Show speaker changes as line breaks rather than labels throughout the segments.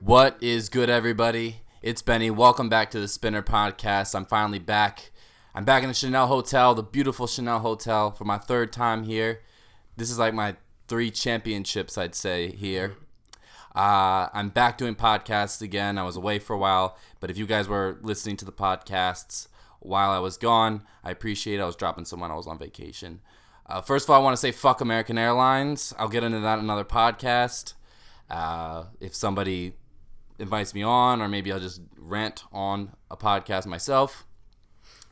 What is good, everybody? It's Benny. Welcome back to the Spinner Podcast. I'm finally back. I'm back in the Chanel Hotel, the beautiful Chanel Hotel, for my third time here. This is like my three championships, I'd say, here. Uh, I'm back doing podcasts again. I was away for a while, but if you guys were listening to the podcasts while I was gone, I appreciate it. I was dropping some when I was on vacation. Uh, first of all, I want to say fuck American Airlines. I'll get into that in another podcast. Uh, if somebody invites me on, or maybe I'll just rant on a podcast myself.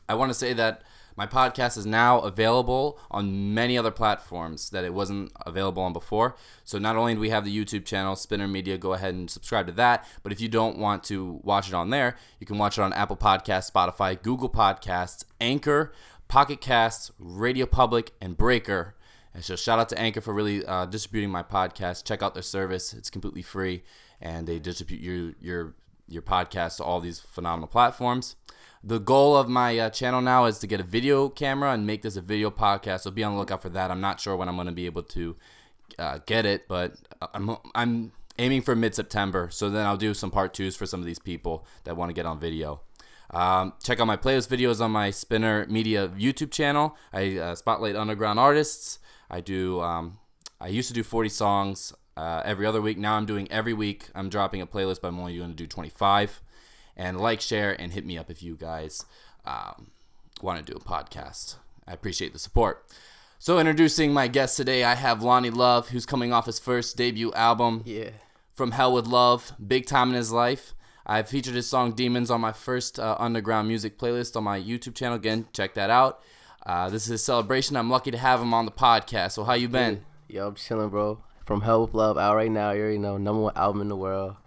I want to say that my podcast is now available on many other platforms that it wasn't available on before. So not only do we have the YouTube channel Spinner Media, go ahead and subscribe to that. But if you don't want to watch it on there, you can watch it on Apple Podcasts, Spotify, Google Podcasts, Anchor, Pocket Casts, Radio Public, and Breaker. And so shout out to Anchor for really uh, distributing my podcast. Check out their service; it's completely free, and they distribute your your your podcast to all these phenomenal platforms. The goal of my uh, channel now is to get a video camera and make this a video podcast. So be on the lookout for that. I'm not sure when I'm going to be able to uh, get it, but uh, I'm I'm aiming for mid September. So then I'll do some part twos for some of these people that want to get on video. Um, check out my playlist videos on my Spinner Media YouTube channel. I uh, spotlight underground artists. I do. Um, I used to do 40 songs uh, every other week. Now I'm doing every week. I'm dropping a playlist, but I'm only going to do 25. And like, share, and hit me up if you guys um, want to do a podcast. I appreciate the support. So, introducing my guest today, I have Lonnie Love, who's coming off his first debut album,
Yeah.
From Hell with Love, big time in his life. I featured his song Demons on my first uh, underground music playlist on my YouTube channel. Again, check that out. Uh, this is his celebration. I'm lucky to have him on the podcast. So, how you been?
Yo, I'm chilling, bro. From Hell with Love out right now. You already know, number one album in the world.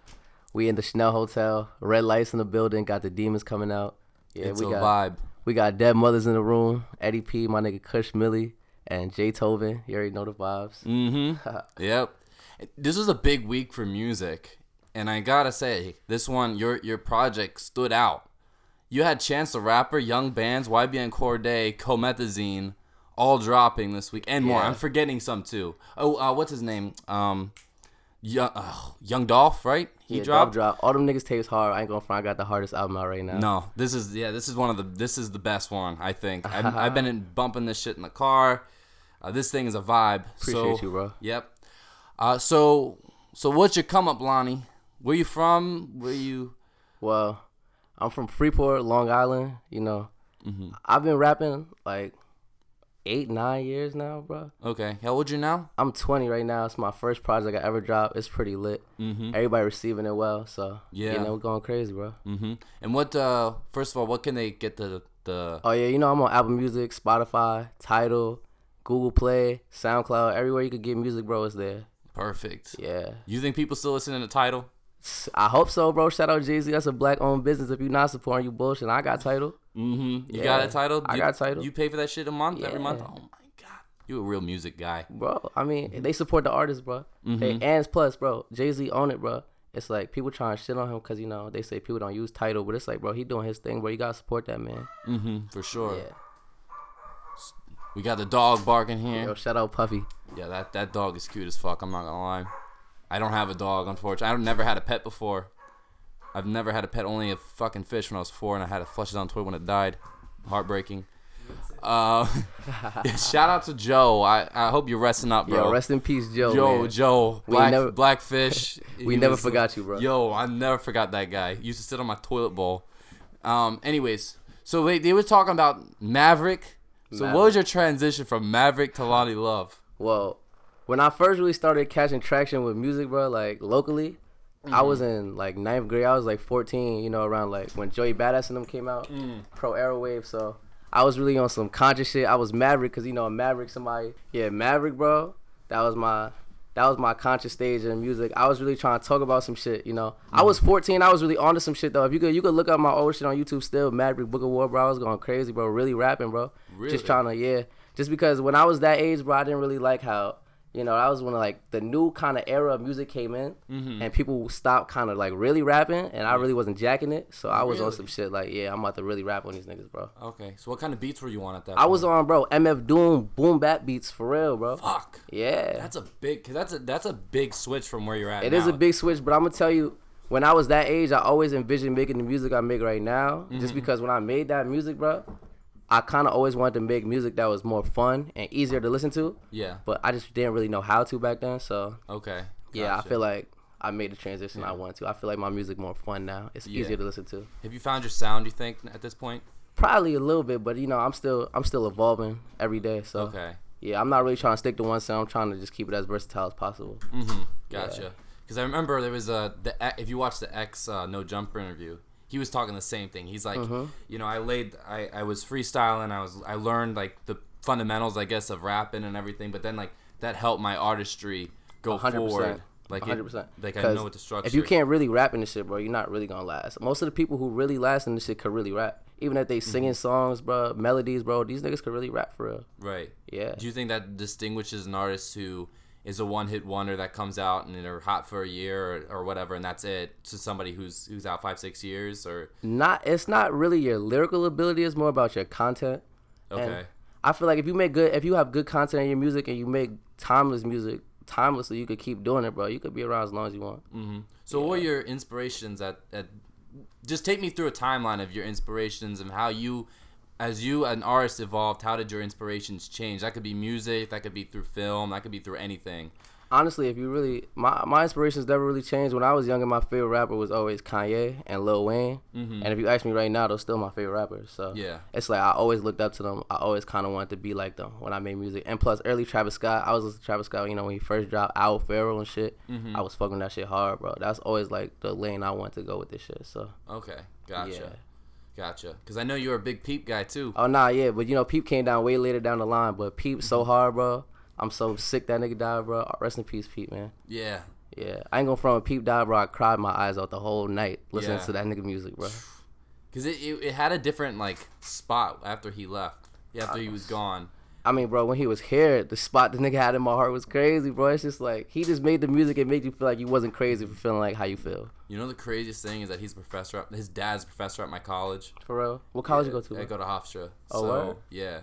We in the Chanel Hotel. Red lights in the building. Got the demons coming out. Yeah,
it's
we
a
got
vibe.
we got dead mothers in the room. Eddie P, my nigga Kush Millie, and Jay Tovin. You already know the vibes.
Mm-hmm. yep. This was a big week for music, and I gotta say, this one, your your project stood out. You had Chance the Rapper, Young Bands, YBN Corday, Comethazine, all dropping this week, and more.
Yeah.
I'm forgetting some too. Oh, uh, what's his name? Um, Young, oh, Young Dolph, right? He
yeah,
dropped.
Drop, drop. All them niggas tapes hard. I ain't gonna front. I got the hardest album out right now.
No, this is yeah, this is one of the this is the best one I think. I've,
Uh-huh.
I've been in, bumping this shit in the car. Uh, this thing is a vibe.
Appreciate
so,
you, bro.
Yep. Uh, so so what's your come up, Lonnie? Where you from? Where you?
Well, I'm from Freeport, Long Island. You know,
Mm-hmm.
I've been rapping like eight, nine years now, bro.
Okay. How old you now?
I'm 20 right now. It's my first project I ever dropped. It's pretty lit.
Mm-hmm.
Everybody receiving it well, so
Yeah.
you know, going crazy, bro.
Mm-hmm. And what? Uh, first of all, what can they get the the?
Oh yeah, you know I'm on Apple Music, Spotify, Tidal, Google Play, SoundCloud, everywhere you could get music, bro. It's there.
Perfect.
Yeah,
You think people still listening to title?
I hope so, bro. Shout out Jeezy. That's a black-owned business. If you're not supporting, you bullshit. I got Tidal.
Mm-hmm. You
Yeah.
got a title?
I
you,
got Tidal.
You pay for that shit a month every
Yeah.
month? Oh my god, you a real music guy.
bro. I
Mm-hmm.
mean, they support the artist, bro. They and plus, bro, Jay Z own it, bro. It's like people trying to shit on him because you know they say people don't use title, but it's like, bro, he doing his thing, bro. You gotta support that man.
Mm-hmm. For sure.
Yeah.
We got the dog barking here.
Yo, shout out Puffy.
Yeah, that, that dog is cute as fuck. I'm not gonna lie. I don't have a dog, unfortunately. I've never had a pet before. I've never had a pet, only a fucking fish when I was four, and I had to flush it down the toilet when it died. Heartbreaking. Uh, yeah, shout out to Joe. I, I hope you're resting up, bro.
Yo, rest in peace, Joe.
Yo,
man.
Joe,
We
Black,
never-
Blackfish.
We
He
never forgot you, bro.
Yo, I never forgot that guy. He used to sit on my toilet bowl. Um, anyways, so they, they were talking about Maverick. So what was your transition from Maverick to Lonnie Love?
Well, when I first really started catching traction with music, bro, like locally, I was in like ninth grade. I was like 14, you know, around like when Joey Badass and them came out,
Mm.
Pro Airwave. So I was really on some conscious shit. I was Maverick, cause you know Maverick, somebody, yeah, Maverick, bro. That was my. That was my conscious stage in music. I was really trying to talk about some shit, you know. I
Mm.
was 14. I was really onto some shit though. If you could, you could look up my old shit on YouTube still. Maverick Book of War, bro. I was going crazy, bro. Really rapping, bro.
Really?
Just trying to, yeah. Just because when I was that age, bro, I didn't really like how, you know, I was when like the new kind of era of music came in
Mm-hmm.
and people stopped kind of like really rapping and I really wasn't jacking it. So I was on
Really?
some shit like, yeah, I'm about to really rap on these niggas, bro.
Okay, so what kind of beats were you on at that?
I was on, bro, MF Doom, boom bap beats for real, bro.
fuck.
Yeah.
That's a big, cause that's a that's a big switch from where you're at.
It is a big switch, but I'm gonna tell you, when I was that age, I always envisioned making the music I make right now.
Mm-hmm.
Just because when I made that music, bro, I kind of always wanted to make music that was more fun and easier to listen to.
Yeah.
But I just didn't really know how to back then. So
Okay.
yeah,
Gotcha.
I feel like I made the transition I want to. I feel like my music more fun now. It's
Yeah.
easier to listen to.
Have you found your sound? You think at this point?
Probably a little bit, but you know, I'm still I'm still evolving every day. So
Okay.
yeah, I'm not really trying to stick to one sound. I'm trying to just keep it as versatile as possible.
Mm-hmm. Gotcha. Because I remember there was a the E- if you watch the X uh, No Jumper interview, he was talking the same thing. He's like,
Mm-hmm.
you know, I laid, I, I was freestyling, I was, I learned like the fundamentals, I guess, of rapping and everything. But then like that helped my artistry go
100%.
forward. Like it-
100%.
Like I
'Cause
know what the structure.
If you can't really rap in this shit, bro, you're not really gonna last. Most of the people who really last in this shit could really rap. Even if
Mm-hmm.
they singing songs, bro, melodies, bro, these niggas could really rap for real.
Right.
Yeah.
Do you think that distinguishes an artist who is a one-hit wonder that comes out and they're hot for a year or, or whatever, and that's it, to somebody who's who's out five, six years or
Not it's not really your lyrical ability, it's more about your content. Mm-hmm. And
okay,
I feel like if you make good if you have good content in your music and you make timeless music timelessly, you could keep doing it, bro. You could be around as long as you want.
So, what were your inspirations at, at? Just take me through a timeline of your inspirations and how you, as you an artist evolved. How did your inspirations change? That could be music. That could be through film. That could be through anything.
honestly, if you really my my inspirations never really changed. When I was younger, my favorite rapper was always Kanye and Lil Wayne. And if you ask me right now, they're still my favorite rappers. So
Yeah.
it's like I always looked up to them. I always kind of wanted to be like them when I made music. And plus, early Travis Scott, I was listening to Travis Scott. You know, when he first dropped Owl Pharaoh and shit, I was fucking that shit hard, bro. That's always like the lane I want to go with this shit. So
Okay, gotcha,
Yeah.
gotcha. Because I know you're a big peep guy too.
oh nah, yeah, but you know, Peep came down way later down the line. But Peep so
Mm-hmm.
hard, bro. I'm so sick that nigga died, bro. Rest in peace, Peep, man.
Yeah,
Yeah, I ain't gonna front a peep dive, bro. I cried my eyes out the whole night listening
Yeah.
to that nigga music, bro.
because it, it it had a different like spot after he left. Yeah, after he was gone.
I mean, bro, when he was here, the spot the nigga had in my heart was crazy, bro. It's just like he just made the music and made you feel like you wasn't crazy for feeling like how you feel.
You know the craziest thing is that he's a professor. At, his dad's a professor at my college.
For real. What college you go to?
I go
bro?
to Hofstra.
Oh,
so,
word?
Yeah.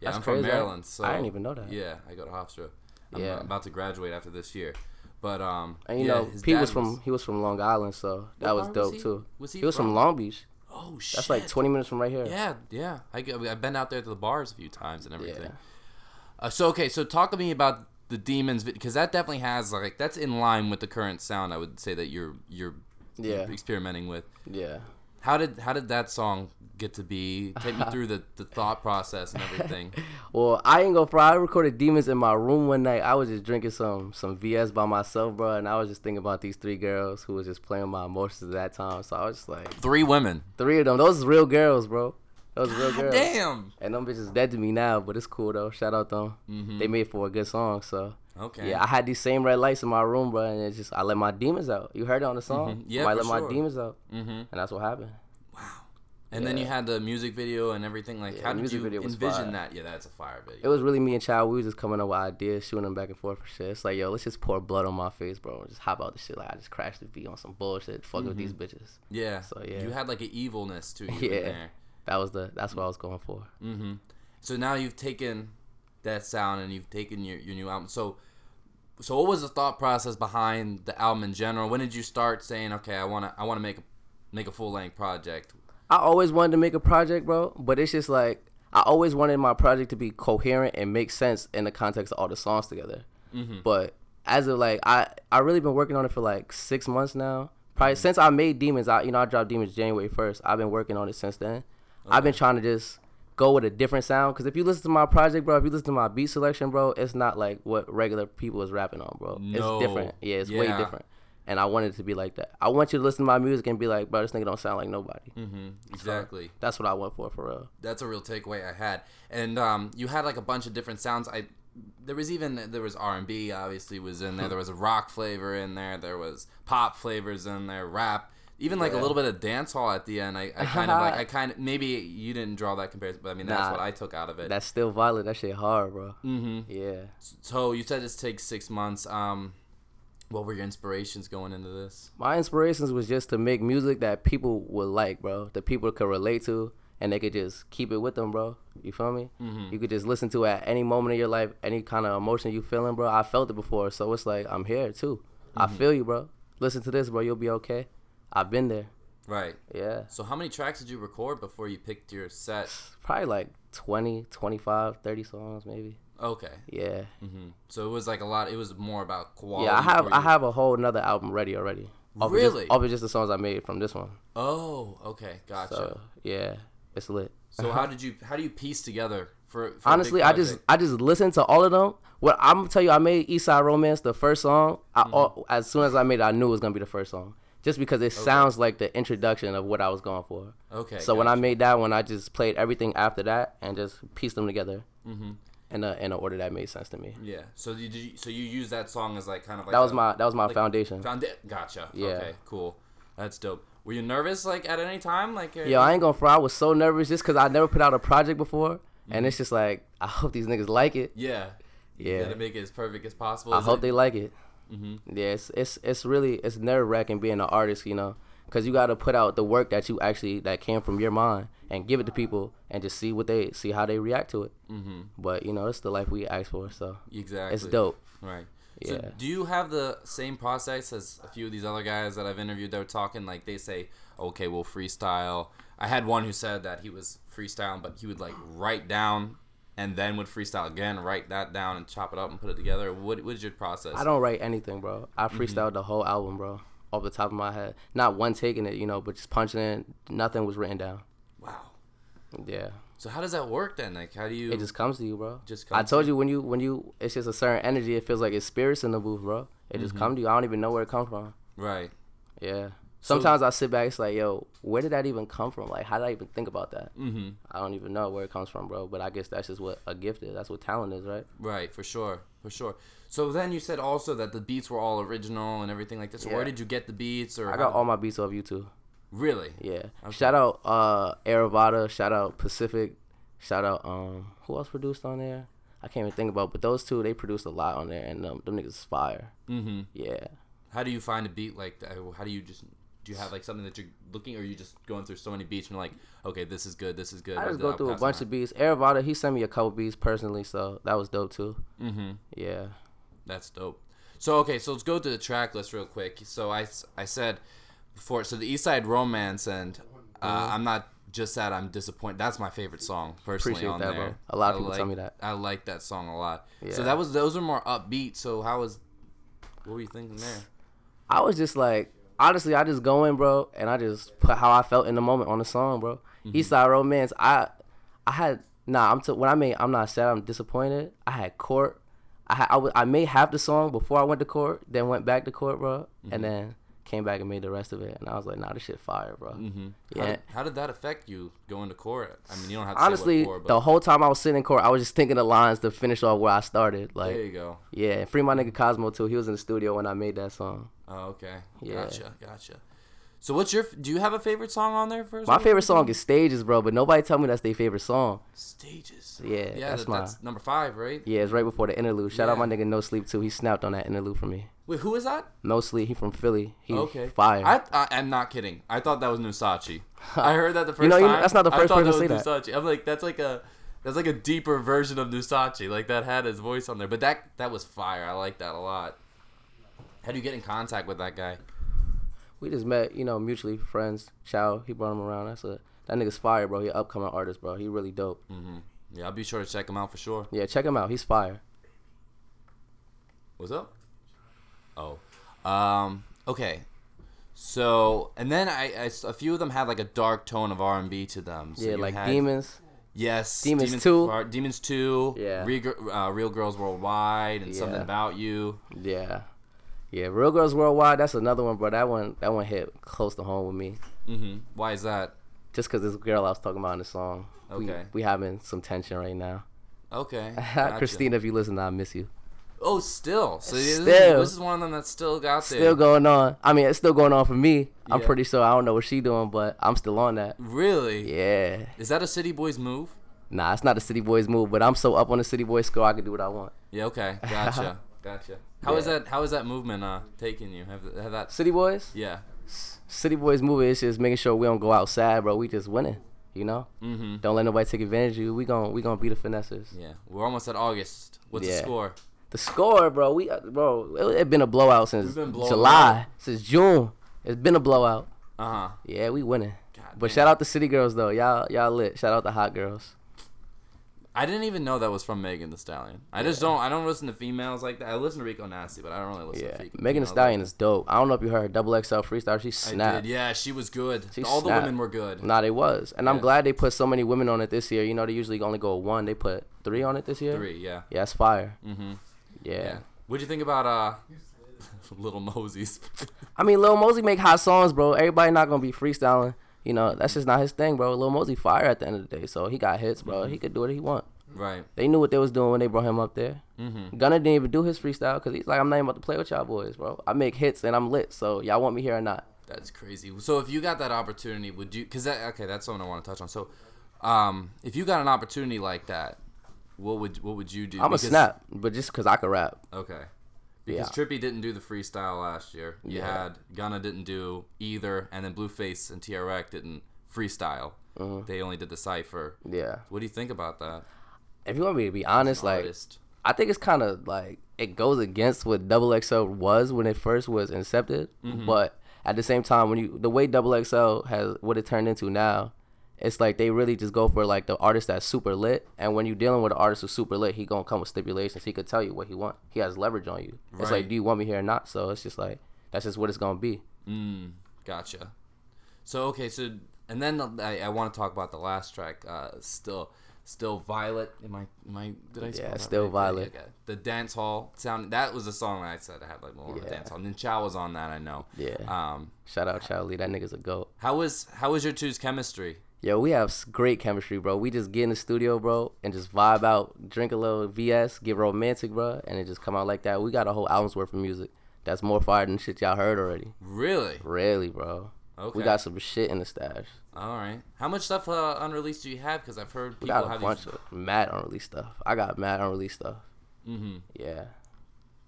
Yeah,
That's
I'm from
crazy. I-
Maryland. So
I didn't even know that.
Yeah, I go to Hofstra. I'm
Yeah.
uh, about to graduate after this year. But um
and you
yeah,
know,
his
Pete
dad
was from he was from Long Island, so that was
part was
dope
he-
too.
was he
was from
from?
Long Beach.
Oh shit.
That's like 20 minutes from right here.
Yeah, yeah. I go- I've been out there to the bars a few times and everything. Uh, so okay, so talk to me about the demons because that definitely has like that's in line with the current sound I would say that you're you're
Yeah.
experimenting with.
Yeah.
How did how did that song get to be? Take me through the, the thought process and everything.
Well, I ain't gonna fry. I recorded Demons in my room one night. I was just drinking some some VS by myself, bro, and I was just thinking about these three girls who was just playing my emotions at that time. So I was just like,
Three women.
three of them, those is real girls, bro. Those real girls.
Damn.
And them bitches dead to me now, but it's cool though. Shout out them.
Mm-hmm.
They made for a good song, so.
Okay.
Yeah, I had these same red lights in my room, bro, and it's just I let my demons out. You heard it on the song.
Mhm. Yeah,
I
for
let my
sure.
demons out, and that's what happened.
Mm-hmm. And then you had the music video and everything. Like, how
the
did
music
you
video was fire.
envision that? Yeah, that's a fire
It
video.
was really me and Chow. We was just coming up with ideas, shooting them back and forth and shit. It's like, yo, let's just pour blood on my face, bro. and Just hop out the shit. Like I just crashed the beat on some bullshit, fucking with these bitches.
Yeah.
So, yeah.
You had like an evilness to you
Yeah.
in there. Mm-hmm.
That was the. That's what I was going for.
So now you've taken that sound and you've taken your, your new album. So, so what was the thought process behind the album in general? When did you start saying, okay, I wanna I wanna make a make a full length project?
I always wanted to make a project, bro. But it's just like I always wanted my project to be coherent and make sense in the context of all the songs together.
Mm-hmm.
But as of like I, I really been working on it for like six months now.
Mm-hmm.
Probably since I made Demons, I you know I dropped Demons January first. I've been working on it since then. I've been trying to just go with a different sound because if you listen to my project, bro, if you listen to my beat selection, bro, it's not like what regular people is rapping on, bro.
No.
It's different. Yeah, it's way
Yeah.
different. And I wanted it to be like that. I want you to listen to my music and be like, bro, this nigga don't sound like nobody.
Mm-hmm. Exactly.
That's what I went for, for real.
that's a real takeaway I had. And um, you had like a bunch of different sounds. I there was even there was R and B obviously was
Hmm.
in there. There was a rock flavor in there. There was pop flavors in there. Rap. Even like a
Yeah.
little bit of dance hall at the end. I, I kind of like I kind of maybe you didn't draw that comparison, but I mean that's
Nah.
what I took out of it.
That's still violent. That shit hard, bro. Mm-hmm. Yeah.
so you said this takes six months. Um, what were your inspirations going into this?
My inspirations was just to make music that people would like, bro. That people could relate to, and they could just keep it with them, bro. You feel me? You could just listen to it at any moment in your life, any kind of emotion you feeling, bro. I felt it before, so it's like I'm here too. I feel you, bro. Listen to this, bro. You'll be okay. I've been there.
Right.
Yeah.
So how many tracks did you record before you picked your set?
Probably like 20, 25, 30 songs maybe.
Okay.
Yeah.
hmm So it was like a lot. It was more about quality.
Yeah, I have
for
I
you.
have a whole another album ready already. Off Of
Really?
just, off of just the songs I made from this one.
Oh, okay, gotcha.
So yeah, it's lit.
So how did you how do you piece together for, for a
Honestly,
big
I just
project?
I just listened to all of them. What I'm gonna tell you, I made Eastside Romance the first song. I
Mm-hmm.
al- as soon as I made it, I knew it was gonna be the first song, just because it sounds like the introduction of what I was going for.
okay.
so when I made that one, I just played everything after that and just pieced them together
mm-hmm.
in a in an order that made sense to me.
yeah, so you, did you so you use that song as like kind of like
That was
a
my that was my
like,
foundation.
founda- gotcha.
Yeah.
Okay, cool. That's dope. Were you nervous like at any time like? uh,
Yo, I ain't gonna fry. I was so nervous just because I never put out a project before, and it's just like I hope these niggas like it.
yeah. You
Yeah,
gotta make it as perfect as possible.
I
Is
hope
it-
they like it.
Mhm.
Yeah, it's it's it's really it's nerve wracking being an artist, you know, because you gotta put out the work that you actually that came from your mind and give it to people and just see what they see how they react to it.
Mhm.
But you know, it's the life we asked for, so
exactly.
it's dope.
Right. So
Yeah.
do you have the same process as a few of these other guys that I've interviewed that were talking? Like they say, okay, we'll freestyle. I had one who said that he was freestyling, but he would like write down and then would freestyle again, write that down and chop it up and put it together. What what is your process?
I don't write anything, bro. I freestyled the whole album, bro, off the top of my head. Not one taking it, you know, but just punching in. Nothing was written down.
wow.
Yeah.
So how does that work then? Like how do you
It just comes to you, bro.
Just
I
comes
told you when you when you it's just a certain energy. It feels like it's spirits in the booth, bro. It just comes to you. I don't even know where it comes from.
right?
Yeah. Sometimes I sit back. It's like, yo, where did that even come from? Like, how did I even think about that?
Mm-hmm.
I don't even know where it comes from, bro. But I guess that's just what a gift is. That's what talent is, right?
Right, for sure, for sure. So then you said also that the beats were all original and everything like this. So Where
Yeah.
did you get the beats? Or
I
how-
got all my beats off YouTube.
really
Yeah. Shout out uh Aravada. Shout out Pacific. Shout out um who else produced on there? I can't even think about. But those two, they produced a lot on there, and um, them niggas is fire.
Mm-hmm.
Yeah.
How do you find a beat like that? How do you just do you have like something that you're looking, or are you just going through so many beats and you're like, okay, this is good, this is good.
I just go through a bunch of beats. Aravada, he sent me a couple beats personally, so that was dope too.
Mm-hmm.
Yeah.
That's dope. So okay, so let's go to the track list real quick. So I s- I said before, so the East Side Romance and uh,
Mm-hmm.
I'm not just sad, I'm disappointed. That's my favorite song personally
Appreciate
on
that,
there.
bro. A lot of
I
people
like,
tell me that.
I like that song a lot. So
Yeah.
that was those are more upbeat. So how was what were you thinking there?
I was just like, honestly, I just go in, bro, and I just put how I felt in the moment on the song, bro.
Mm-hmm.
Eastside Romance, I, I had nah. I'm t- when I mean I'm not sad, I'm disappointed. I had court. I had, I, w- I made half the song before I went to court, then went back to court, bro,
Mm-hmm.
and then came back and made the rest of it. And I was like, nah, this shit fire, bro.
Mm-hmm. How,
Yeah.
did, how did that affect you going to court? I mean, you don't have to
Honestly,
say what for, but
the whole time I was sitting in court, I was just thinking the lines to finish off where I started. Like,
there you go.
yeah, and free my nigga Cosmo too. He was in the studio when I made that song.
Oh, okay.
Yeah.
Gotcha. Gotcha. So, what's your? Do you have a favorite song on there? First,
My favorite song is Stages, bro, but nobody tell me that's their favorite song.
Stages.
Yeah,
Yeah,
that's
that,
my-
that's number five, right?
Yeah, it's right before the interlude. Shout out
Yeah.
my nigga No Sleep too. He snapped on that interlude for me.
Wait, who is that?
No Sleep, he from Philly. He
Okay.
fire.
I, I I'm not kidding. I thought that was Nusachi. I heard that the first
know, you know,
time.
that's not the
I
first
thought
person to
was
say
Nusachi. I'm like, that's like a. That's like a deeper version of Nusachi. Like that had his voice on there, but that that was fire. I like that a lot. How do you get in contact with that guy?
we just met, you know, mutually friends. Chow, he brought him around. That's a that nigga's fire, bro. He an upcoming artist, bro. He really dope.
Mm-hmm. Yeah, I'll be sure to check him out for sure.
Yeah, check him out. He's fire.
What's up? Oh, um, okay. So and then I, I s- a few of them had like a dark tone of R and B to them. So
yeah,
you
like
had-
demons.
Yes,
Demons 2.
Bar- Demons Two.
Yeah.
Re- uh, Real Girls Worldwide and something
Yeah.
about you.
Yeah. Yeah, Real Girls Worldwide, that's another one, bro. That one that one hit close to home with me.
hmm Why is that?
Just cause this girl I was talking about in the song. We,
Okay.
we having some tension right now.
Okay, gotcha.
Christina, if you listen, I miss you.
Oh, still. So this, Is,
Still.
this is one of them that's still got there.
still going on. I mean, it's still going on for me. I'm
Yeah.
pretty sure I don't know what she doing, but I'm still on that.
Really?
Yeah.
Is that a City Boys move?
Nah, it's not a City Boys move, but I'm so up on the City Boys score, I can do what I want.
Yeah. Okay. Gotcha. gotcha. How is
Yeah.
that? How is that movement uh taking you? Have, have that?
City Boys?
Yeah.
City Boys movie is just making sure we don't go outside, bro. We just winning, you know?
Mm-hmm.
Don't let nobody take advantage of you. We gon' we gonna be the finessers.
Yeah, we're almost at August. What's the
Yeah.
score?
The score, bro. We uh, bro, it, it been a blowout since
We've been blowing
July, since June. It's been a blowout.
Uh huh.
Yeah, we winning. But shout out to City Girls though, y'all y'all lit. Shout out to Hot Girls.
I didn't even know that was from Megan the Stallion. I just don't. I don't listen to females like that. I listen to Rico Nasty, but I don't really listen
Yeah,
to fe-
Megan Thee
females like
Stallion is dope. I don't know if you heard her double XL freestyle. She
that. I
snapped.
did. Yeah, she was good.
She
All the
snapped.
women were good.
Nah, they was, and I'm
Yeah.
glad they put so many women on it this year. You know, they usually only go one. They put three on it this year.
Three. Yeah.
Yeah, that's fire.
Mm-hmm.
Yeah.
Yeah. What'd you think about uh, Little Mosey's?
I mean, Lil Mosey make hot songs, bro. Everybody not gonna be freestyling. You know, that's just not his thing, bro. Lil Mosey fire at the end of the day, so he got hits, bro. He could do what he want.
right.
They knew what they was doing when they brought him up there.
Mm-hmm.
Gunna didn't even do his freestyle because he's like, I'm not even about to play with y'all boys, bro. I make hits and I'm lit, so y'all want me here or not?
That's crazy. So if you got that opportunity, would you? Because that okay, that's something I want to touch on. So, um, if you got an opportunity like that, what would what would you do?
I'm
Because-
a snap, but just because I could rap.
Okay. Because Trippy didn't do the freestyle last year. You
Yeah.
had Gunna didn't do either, and then Blueface and TRX didn't freestyle. They only did the cipher.
Mm-hmm. Yeah.
What do you think about that?
If you want me to be honest, like
Artist.
I think it's kind of like it goes against what Double XL was when it first was incepted,
Mm-hmm.
but at the same time, when you the way Double XL has what it turned into now, it's like they really just go for like the artist that's super lit, and when you're dealing with an artist who's super lit, he gonna come with stipulations. He could tell you what he want. He has leverage on you. It's
Right.
like, do you want me here or not? So it's just like that's just what it's gonna be.
Mm, gotcha. So okay, so and then the, I, I want to talk about the last track. Uh, still, still violet. Am I? Am I? Did I? spell
Yeah,
that
Still
right?
Violet.
Okay. The dance hall sound. That was the song I said I had like more of a
Yeah.
dance hall. And Chow was on that. I know.
Yeah.
Um,
Shout out Charlie, that nigga's a goat.
how was how was your two's chemistry?
Yo, we have s- great chemistry, bro. We just get in the studio, bro, and just vibe out, drink a little VS, get romantic, bro, and it just come out like that. We got a whole album's worth of music that's more fire than shit y'all heard already.
Really?
Really, bro.
Okay.
We got some shit in the stash.
All right. How much stuff uh, unreleased do you have? Because I've heard
We
people
got a
have
bunch
these.
of mad unreleased stuff. I got mad unreleased stuff.
hmm
Yeah.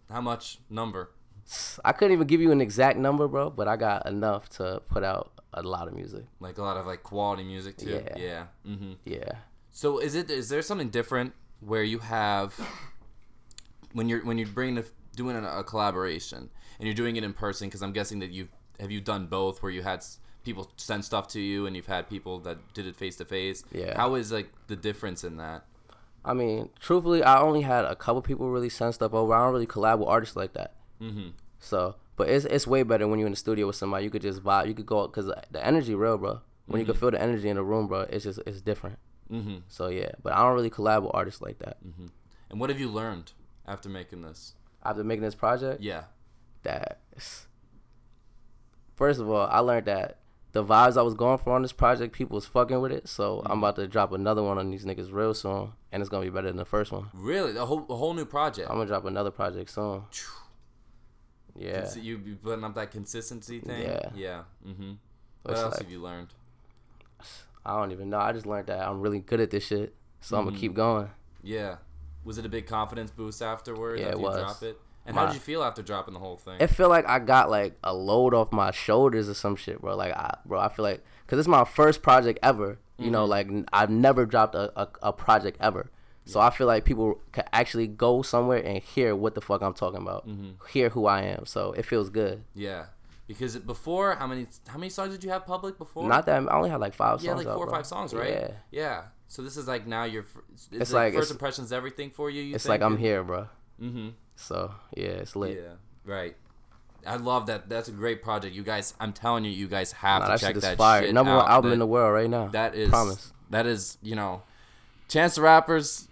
How much number?
S- I couldn't even give you an exact number, bro, but I got enough to put out a lot of music.
Like a lot of like quality music too.
Yeah.
Yeah. Mm-hmm.
Yeah.
So is it is there something different where you have when you're when you're bringing a, doing a, a collaboration and you're doing it in person? Because I'm guessing that you have you done both where you had s- people send stuff to you and you've had people that did it face to face.
Yeah.
How is like the difference in that?
I mean, truthfully, I only had a couple people really send stuff over. I don't really collab with artists like that.
Mm-hmm.
So, but it's it's way better when you're in the studio with somebody. You could just vibe. You could go because the energy real, bro. When you can feel the energy in the room, bro, it's just it's different.
Mm-hmm.
So yeah, but I don't really collab with artists like that.
And what have you learned after making this?
After making this project,
Yeah.
that first of all, I learned that the vibes I was going for on this project, people was fucking with it. So I'm about to drop another one on these niggas real soon, and it's gonna be better than the first one.
Really, a whole a whole new project.
I'm gonna drop another project soon. Yeah,
Consi- you you putting up that consistency thing.
Yeah.
Yeah. Mm-hmm. What
It's
else
like-
have you learned?
I don't even know. I just learned that I'm really good at this shit, so I'm gonna keep going.
Yeah. Was it a big confidence boost afterwards?
Yeah, it
after
was.
You drop it? And how
My-
did you feel after dropping the whole thing?
it feel like I got like a load off my shoulders or some shit, bro. Like, I, bro, I feel like because it's my first project ever. You
Mm-hmm.
know, like n- I've never dropped a, a, a project ever, so I feel like people can actually go somewhere and hear what the fuck I'm talking about,
Mm-hmm.
hear who I am. So it feels good.
yeah. Because it- before, how many how many songs did you have public before?
Not that I only had like five
yeah,
songs.
like four
out,
or
bro.
five songs, right?
Yeah,
Yeah. So this is like now your. fir- It's, it's
like-
like, first
it's-
impressions everything for you. you
it's like I'm here, bro.
Mm-hmm.
So yeah, it's lit.
Yeah. Right. I love that. That's a great project. You guys, I'm telling you, you guys have
Nah,
to
that
check
shit is
that
fire.
shit
Number one
out.
album
That-
in the world right now.
That is
promise.
That is you know, Chance the Rapper's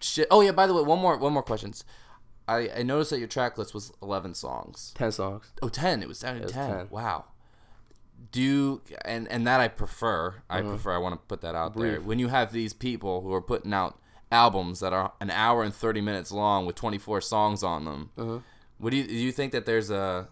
shit. Oh yeah, by the way, one more one more questions. I I noticed that your track list was eleven songs.
Ten songs.
Oh, 10. It was down to
was
10.
10.
Wow. Do you, and and that I prefer. I prefer. I want to put that out there.
Mm-hmm. Brief.
When you have these people who are putting out albums that are an hour and 30 minutes long with 24 songs on them.
Mm-hmm.
What do you do you think that there's a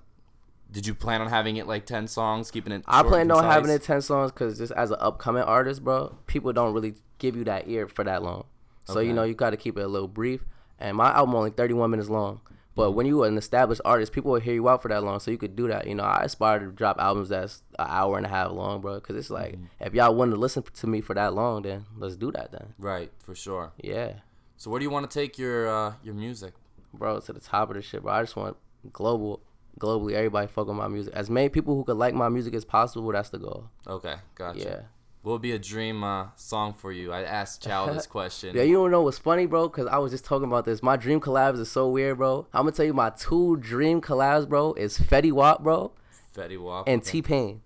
did you plan on having it like 10 songs, keeping it
I
short
plan
and
on having
concise?
it ten songs because just as an upcoming artist, bro, people don't really give you that ear for that long. So
Okay.
you know you got to keep it a little brief. And my album only thirty one minutes long,
Mm-hmm.
but when you an established artist, people will hear you out for that long, so you could do that. You know, I aspire to drop albums that's an hour and a half long, bro, because it's like
Mm-hmm.
if y'all want to listen to me for that long, then let's do that then.
Right, for sure.
Yeah,
So where do you want to take your uh your music?
bro, to the top of the shit, bro. I just want global globally, everybody fuck with my music. As many people who could like my music as possible, that's the goal.
Okay, gotcha.
Yeah.
What would be a dream uh, song for you? I asked Chow this question.
Yeah, you don't know what's funny, bro, because I was just talking about this. My dream collabs is so weird, bro. I'm gonna tell you my two dream collabs, bro, is Fetty Wap, bro,
Fetty Wap.
and T Pain.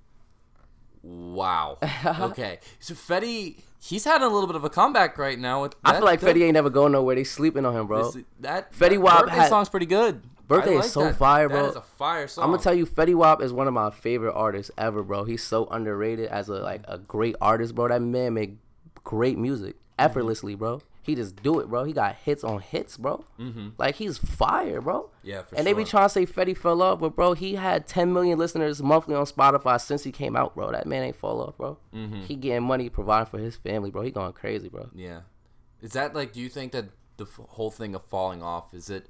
wow. okay, so Fetty, he's had a little bit of a comeback right now. With
I
that-
feel like
that-
Fetty ain't never going nowhere. They sleeping on him, bro.
this- that
Fetty
that
Wap
birthday
had-
song's pretty good.
Birthday
I
is
like
so
that.
fire, bro.
That is a fire song.
I'm gonna tell you, Fetty Wap is one of my favorite artists ever, bro. He's so underrated as a like a great artist, bro. That man make great music effortlessly, bro. He just do it, bro. He got hits on hits, bro. Like he's fire, bro.
Mm-hmm. Yeah, for
and they be
sure.
trying to say Fetty fell off, but bro, he had 10 million listeners monthly on Spotify since he came out, bro. That man ain't fall off, bro.
Mm-hmm.
He getting money, providing for his family, bro. He going crazy, bro.
Yeah. Is that like? Do you think that the f- whole thing of falling off is it?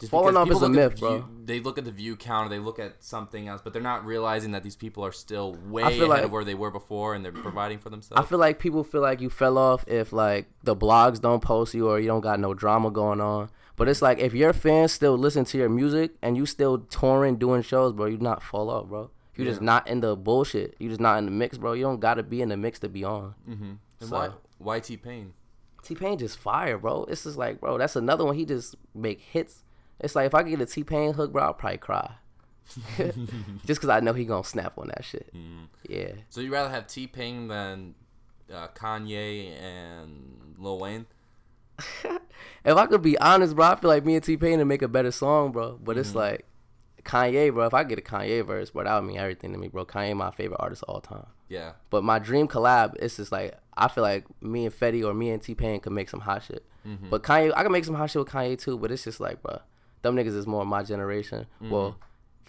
Just
Falling
because people
off is a
look at
myth, bro.
view- They look at the view count or they look at something else, but they're not realizing that these people are still way
feel
ahead
like-
of where they were before, and they're providing for
I
themselves.
feel like people feel like you fell off if like the blogs don't post you or you don't got no drama going on. But it's like if your fans still listen to your music and you still touring, doing shows, bro, you not fall off, bro. You just
Yeah.
not in the bullshit. You just not in the mix, bro. You don't gotta be in the mix to be on.
And
so-
why? Why T Pain?
T Pain just fire, bro. It's just like, bro, that's another one. He just make hits. It's like if I could get a T Pain hook, bro, I'll probably cry. just cause I know he gonna snap on that shit. Yeah.
So you rather have T Pain than uh, Kanye and Lil Wayne?
If I could be honest, bro, I feel like me and T Pain would make a better song, bro. But it's like Kanye, bro. If I get a Kanye verse, bro, that would mean everything to me, bro. Kanye, my favorite artist of all time.
Yeah.
But my dream collab, it's just like I feel like me and Fetty or me and T Pain could make some hot shit.
Mm. Mm-hmm.
But Kanye, I can make some hot shit with Kanye too. But it's just like, bro, them niggas is more my generation. Well,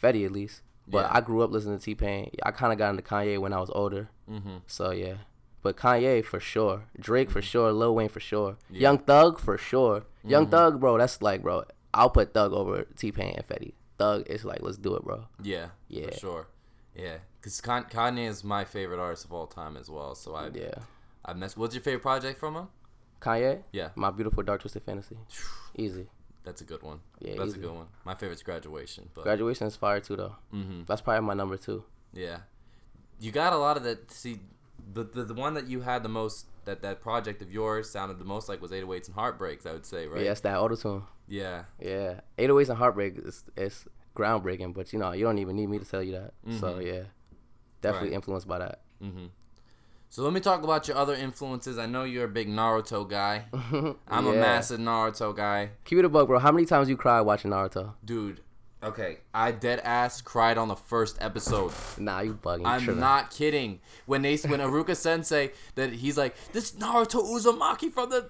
Fetty at least. But
Yeah.
I grew up listening to T Pain. I kind of got into Kanye when I was older.
Mm-hmm.
So yeah. But Kanye for sure, Drake for sure, Lil Wayne for sure, Young Thug for sure.
Mm-hmm.
Young Thug, bro, that's like, bro, I'll put Thug over T Pain and Fetty. Thug is like, let's do it, bro.
Yeah.
Yeah.
For sure. Yeah. Because Con- Kanye is my favorite artist of all time as well. So I.
Yeah.
I mess. What's your favorite project from him?
Kanye,
Yeah.
my beautiful dark twisted fantasy, easy.
That's a good one.
Yeah,
that's
easy.
a good one. My favorite's graduation, but
Graduation is fire too, though.
Mhm.
That's probably my number two.
yeah, you got a lot of that. See, the, the the one that you had the most that that project of yours sounded the most like was 808s and heartbreaks. I would say, right?
Yeah, that's that auto tune.
Yeah.
Yeah, 808s and heartbreak is it's groundbreaking, but you know you don't even need me to tell you that. So yeah, definitely
Mm-hmm. Right.
influenced by that.
So let me talk about your other influences. I know you're a big Naruto guy. I'm a
Yeah.
massive Naruto guy,
Keep it a bug, bro. How many times you cried watching Naruto?
dude. Okay, I dead ass cried on the first episode.
Nah, you bugging. you
I'm
tripping.
not kidding. When they when Aruka Sensei that he's like this Naruto Uzumaki from the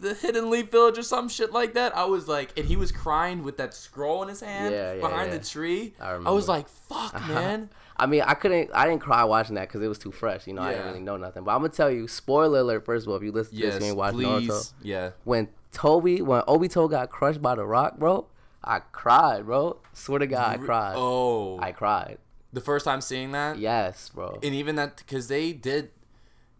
the Hidden Leaf Village or some shit like that. I was like, and he was crying with that scroll in his hand
Yeah, yeah,
behind
yeah.
the tree.
I
I, was
remember.
like, fuck, man.
I mean, I couldn't. I didn't cry watching that because it was too fresh. You know, I didn't
Yeah.
really know nothing. But I'm gonna tell you, spoiler alert. First of all, if you listen to
Yes,
this, you ain't watch
please.
Naruto.
Yeah,
When Toby, when Obito got crushed by the rock, bro, I cried, bro. Swear to God, I cried.
Oh,
I cried.
the first time seeing that,
Yes, bro.
and even that because they did.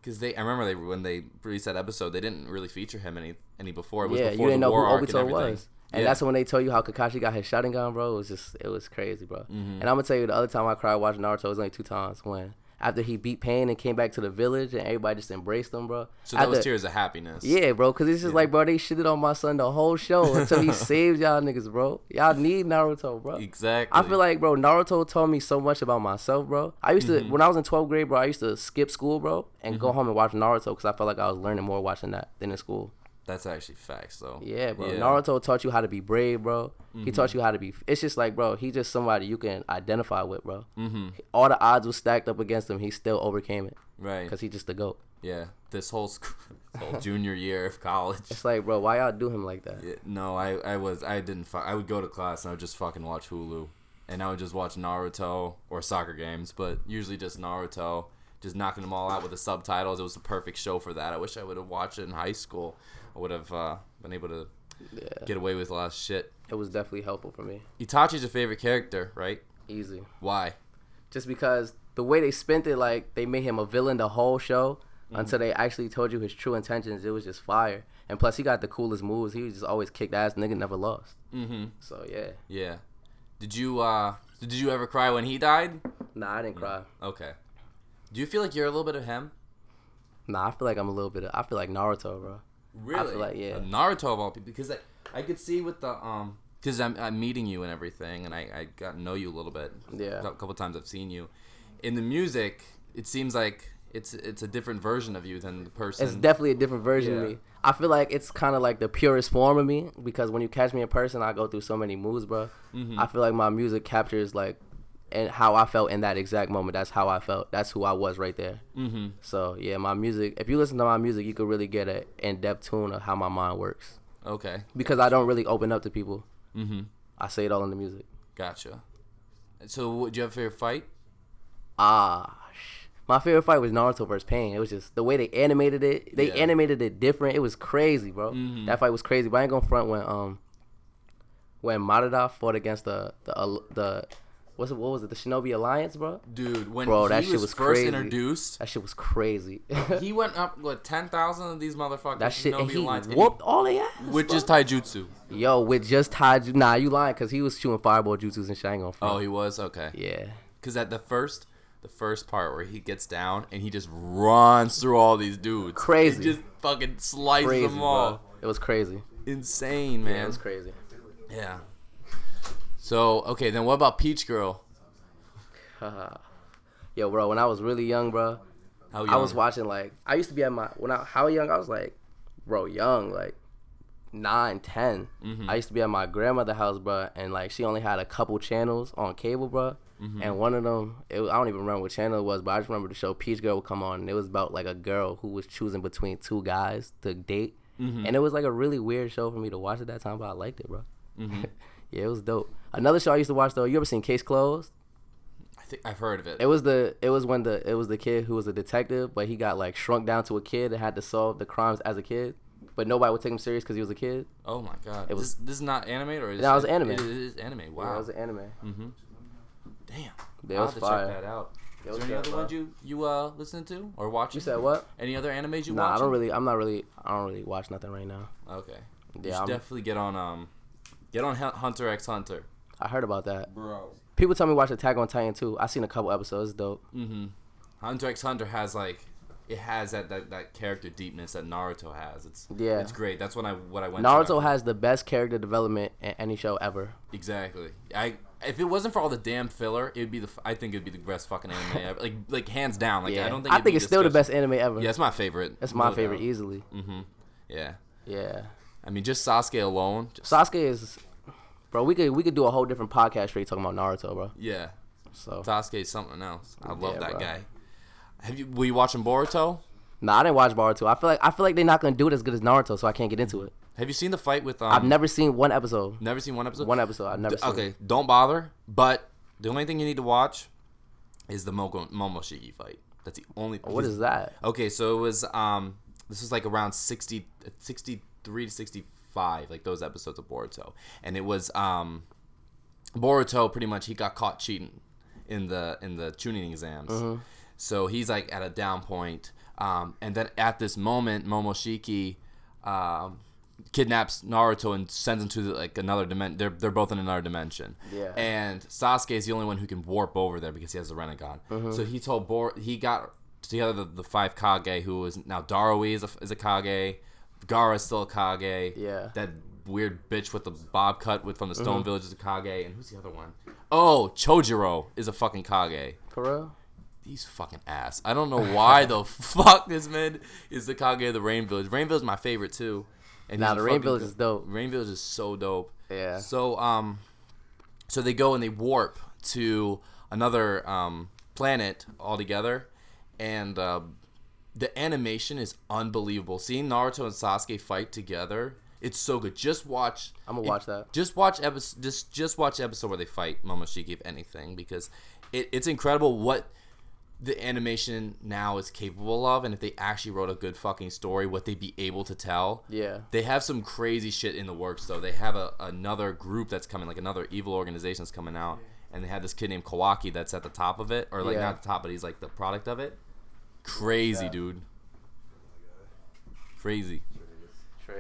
Because they, I remember they when they released that episode, they didn't really feature him any any before. It was
yeah, you
before
didn't
the
know who
war arc and
Obito
everything.
was. And
Yeah.
that's when they told you how Kakashi got his shotgun gun, bro. It was just, it was crazy, bro.
Mm-hmm.
And I'm gonna tell you, the other time I cried watching Naruto was only two times. When after he beat Pain and came back to the village, and everybody just embraced him, bro.
so that was
After-
tears of happiness.
Yeah, bro, because it's just like, bro, they shitted on my son the whole show until he saved y'all niggas, bro. Y'all need Naruto, bro.
exactly.
I feel like, bro, Naruto taught me so much about myself, bro. I used to, when I was in 12th grade, bro, I used to skip school, bro, and go home and watch Naruto because I felt like I was learning more watching that than in school.
That's actually facts, though.
Yeah, Mm-hmm. bro. Naruto taught you how to be brave, bro. He taught you how to be. It's just like, bro, he's just somebody you can identify with, bro. Mm-hmm. All the odds were stacked up against him. He still overcame it
Right.
because he just the goat.
Yeah. This whole, sc- this whole junior year of college.
It's like, bro, why y'all do him like that?
Yeah, No, I, I was I didn't. Fu- I would go to class and I would just fucking watch Hulu, and I would just watch Naruto or soccer games, but usually just Naruto, just knocking them all out with the subtitles. It was the perfect show for that. I wish I would have watched it in high school. I would have uh, been able to
Yeah.
get away with a lot of shit.
It was definitely helpful for me.
Itachi's your favorite character, right?
Easy.
Why?
just because the way they spent it, like they made him a villain the whole show until they actually told you his true intentions. It was just fire, and plus he got the coolest moves. He was just always kicked ass. Nigga never lost. Mm-hmm. So yeah,
Yeah. Did you uh did you ever cry when he died?
Nah, I didn't cry.
Okay. Do you feel like you're a little bit of him?
Nah, I feel like I'm a little bit. Of, I feel like Naruto, bro.
Really?
like, yeah.
Naruto of all people, because I, I could see with the um, because I'm, I'm meeting you and everything, and I I got to know you a little bit.
Yeah.
A cou- couple times I've seen you. In the music, it seems like it's it's a different version of you than the person.
It's definitely a different version of
Yeah.
me. I feel like it's kind of like the purest form of me because when you catch me in person, I go through so many moods, bro. I feel like my music captures like and how I felt in that exact moment. That's how I felt. That's who I was right there. Mm-hmm. So yeah, my music. If you listen to my music, you could really get an in-depth tune of how my mind works
okay,
because I don't really open up to people. Mm-hmm. I say it all in the music.
gotcha. So, would you have your fight?
Ah, sh- my favorite fight was Naruto versus Pain. It was just the way they animated it. They
Yeah. Mm-hmm.
animated it different. It was crazy, bro. That fight was crazy. But I ain't gonna front when um when Madara fought against the the uh, the what's it, what was it the Shinobi Alliance, bro?
Dude, when
Bro,
he
that shit
was,
was
first
crazy.
introduced,
That shit was crazy.
he went up with ten thousand of these motherfuckers.
that shit and
Shinobi
he
Alliance, and he-
whooped all they ass.
with just taijutsu.
Yo, with just Taiju. Nah, you lying because he was shooting fireball jutsus and shit. I ain't gonna
Oh,
front.
he was okay.
yeah.
Cause at the first, the first part where he gets down and he just runs through all these dudes,
Crazy.
He just fucking slices
Crazy,
them all.
bro. It was crazy.
Insane,
It
man.
was crazy.
Yeah, So okay, then what about Peach Girl?
Yo, bro, when I was really young, bro,
How
I was
young?
watching like I used to be at my when I how young I was like, bro, young like nine, 10.
Mm-hmm.
I used to be at my grandmother's house, bro, and like she only had a couple channels on cable, bro.
Mm-hmm.
And one of them, it, was- I don't even remember what channel it was, but I just remember the show Peach Girl would come on, and it was about like a girl who was choosing between two guys to date,
Mm-hmm,
and it was like a really weird show for me to watch at that time, but I liked it, bro.
mm-hmm.
yeah, it was dope. Another show I used to watch though, you ever seen Case Closed?
I think I've heard of it.
It was the it was when the it was the kid who was a detective, but he got like shrunk down to a kid and had to solve the crimes as a kid. But nobody would take him serious because he was a kid.
oh my god! It
was-
was. This, this is not anime or is
No, it was
it-
anime.
It is anime. Wow. Mm-hmm.
That was an anime.
Damn.
That
I'll have
was
to
fire.
check that out.
That
Is
was
there any
good,
other
bro.
ones you you uh listening to or watching?
You said what?
Any other animes you
Nah,
watching?
I don't really. I'm not really. I don't really watch nothing right now.
Okay. you
Yeah,
should
I'm-
definitely get on um, get on Hun- Hunter X Hunter.
I heard about that.
Bro.
People tell me watch Attack on Titan too. I seen a couple episodes. It's dope.
Hunter X Hunter has like it has that, that that character deepness that Naruto has. It's
Yeah.
it's great. That's when I what I went.
Naruto
through.
has the best character development in any show ever.
exactly. I if it wasn't for all the damn filler, it'd be the f- I think it'd be the best fucking anime ever. Like like hands down. Like
Yeah,
I don't think. it'd be
it's still the
discussed.
best anime ever.
Yeah, it's my favorite.
that's my
no
favorite
doubt. Mm.
easily.
Yeah.
Yeah,
I mean, just Sasuke alone. Just,
Sasuke is, bro. We could we could do a whole different podcast straight talking about Naruto, bro.
yeah.
So
Sasuke is something else. I love
Yeah,
that
bro.
guy. Have you? Were you watching Boruto?
Nah, I didn't watch Boruto. I feel like I feel like they're not gonna do it as good as Naruto, so I can't get into it.
Have you seen the fight with? Um,
I've never seen one episode.
never seen one episode.
One episode. I've never
D-
seen.
okay, don't bother. But the only thing you need to watch is the Mogo- Momoshiki fight. That's the only.
What is that?
Okay, so it was um, this was like around 60, 63 to sixty five, like those episodes of Boruto, and it was um, Boruto pretty much he got caught cheating in the in the tuning exams, so he's like at a down point, um, and then at this moment Momoshiki, um. Kidnaps Naruto and sends him to like another dimension. They're, they're both in another dimension.
Yeah.
And Sasuke is the only one who can warp over there because he has the Renegon. So he told Bor he got together the, the five Kage who is now Darui is a, is a Kage, Gara is still a Kage.
Yeah. Uh-huh.
That weird bitch with the bob cut with from the Stone Village is a Kage, and who's the other one? Oh, Chojiro is a fucking Kage.
For real?
He's fucking ass. I don't know why the fuck this man is the Kage of the Rain Village. Rain Village is my favorite too. And he's
Nah,
a
the Rain
fucking
Village
good-
is dope.
Rain Village is so dope.
Yeah.
So um, so they go and they warp to another um planet altogether, and uh, the animation is unbelievable. Seeing Naruto and Sasuke fight together, it's so good. Just watch.
I'ma watch that.
Just watch episode. Just just watch episode where they fight Momoshiki if anything, because it, it's incredible what the animation now is capable of, and if they actually wrote a good fucking story, what they'd be able to tell.
Yeah.
They have some crazy shit in the works though. They have a, another group that's coming, like another evil organization that's coming out, and they have this kid named Kawaki that's at the top of it, or like
Yeah.
not the top, but he's like the product of it. Crazy dude. Crazy.
Trash.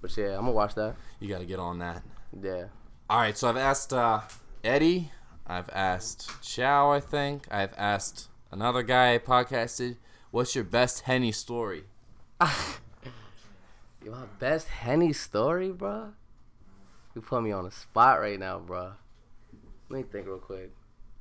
But yeah, I'm gonna watch that.
You got to get on that.
Yeah.
All right, so I've asked uh, Eddie. I've asked Chow, I think. I've asked another guy I podcasted, what's your best Henny story?
My best Henny story, bro. You put me on the spot right now, bro. Let me think real quick.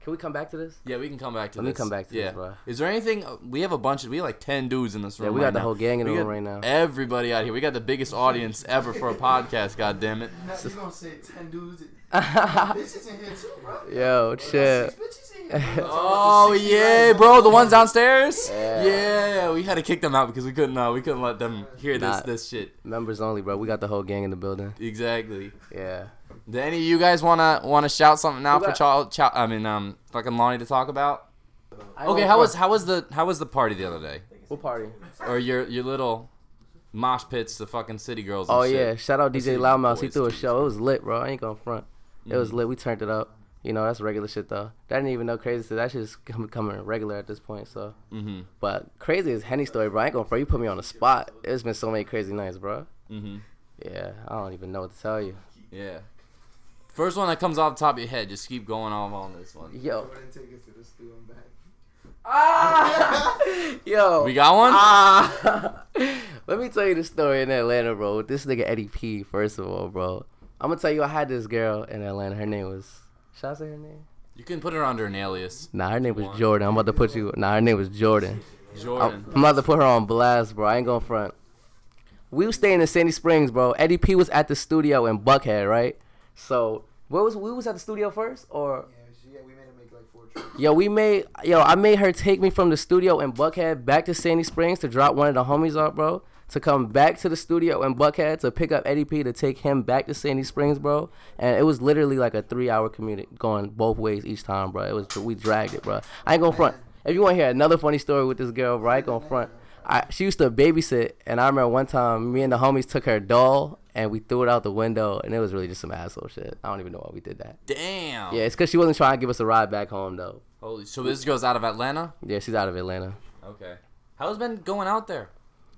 Can we come back to this?
Yeah, we can come back to
Let
this.
me come back to this,
yeah.
bro.
Is there anything? We have a bunch of. We have like 10 dudes in this room.
we got
right
the
now.
whole gang in the
We
room
got
right now.
Everybody out here. We got the biggest audience ever for a podcast, God damn it.
Now you gonna say ten dudes, and bitches in here too, bro.
Yo, shit.
Six bitches in here. bro.
Oh
Talking about the
yeah,
69
bro, the ones downstairs.
Yeah.
Yeah. we had to kick them out because we couldn't. Uh, we couldn't let them hear this.
Nah.
This shit.
Members only, bro. We got the whole gang in the building.
Exactly.
Yeah.
Do any of you guys wanna wanna shout something out
Who
for Chow? Chow I mean, um, fucking Lonnie to talk about. Okay, how was how was the how was the party the other day?
what party?
Or your your little mosh pits, the fucking city girls. And
Oh
shit.
yeah, shout out DJ
Listen to the
Loudmouth. He
boys,
threw a
dude.
show. It was lit, bro. I ain't gonna front. It
Mm-hmm.
was lit. We turned it up. You know, that's regular shit though. That didn't even know crazy. So that shit's com- coming regular at this point. So, mm-hmm. but crazy is Henny story, bro. I ain't gonna front. You put me on the spot. It's been so many crazy nights, bro.
Mm-hmm.
Yeah, I don't even know what to tell you.
Yeah. First one that comes off the top of your head, just keep going off on this one.
Yo,
Jordan take us to the studio and back.
Ah!
yo.
We got one.
Ah, let me tell you the story in Atlanta, bro. With this nigga Eddie P. First of all, bro, I'm gonna tell you I had this girl in Atlanta. Her name was. Should I say her name?
You can put her under an alias,
Nah, her name was
One.
Jordan. I'm about to put you. Nah, her name was Jordan.
Jordan.
I'm, I'm about to put her on blast, bro. I ain't going to front. We was staying in Sandy Springs, bro. Eddie P was at the studio in Buckhead, right? So where was we was at the studio first, or
Yeah, she, yeah, we made him make like four trips.
yo, we made yo, I made her take me from the studio in Buckhead back to Sandy Springs to drop one of the homies off, bro. To come back to the studio in Buckhead to pick up Eddie P to take him back to Sandy Springs, bro. And it was literally like a three-hour commute going both ways each time, bro. It was we dragged it, bro. I ain't gonna front. If you want to hear another funny story with this girl, bro, I ain't gonna front. I, she used to babysit, and I remember one time me and the homies took her doll and we threw it out the window, and it was really just some asshole shit. I don't even know why we did that.
Damn.
Yeah, it's because she wasn't trying to give us a ride back home though.
Holy. So this girl's out of Atlanta.
Yeah, she's out of Atlanta.
Okay. How's it been going out there?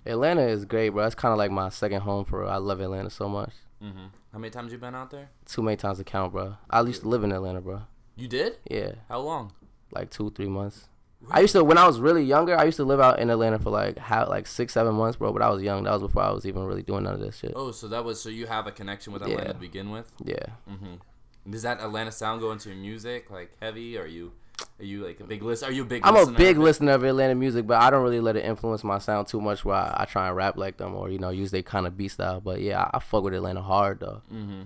Atlanta is great, bro. It's kind of like my second home for real. I love Atlanta so much.
Mm-hmm. How many times you been out there?
Too many times to count, bro. I used to live in Atlanta, bro.
You did?
Yeah,
How long?
like two, three months. I used to when I was really younger. I used to live out in Atlanta for like how like six, seven months, bro. But I was young. That was before I was even really doing none of this shit.
Oh, so that was so you have a connection with Atlanta
Yeah.
to begin with.
Yeah.
Mm-hmm. Does that Atlanta sound go into your music like heavy? Or are you are you like a big list? Are you a big?
I'm a
listener?
big listener of Atlanta music, but I don't really let it influence my sound too much. Where I, I try and rap like them or you know use their kind of beat style. But yeah, I, I fuck with Atlanta hard though.
Mm-hmm.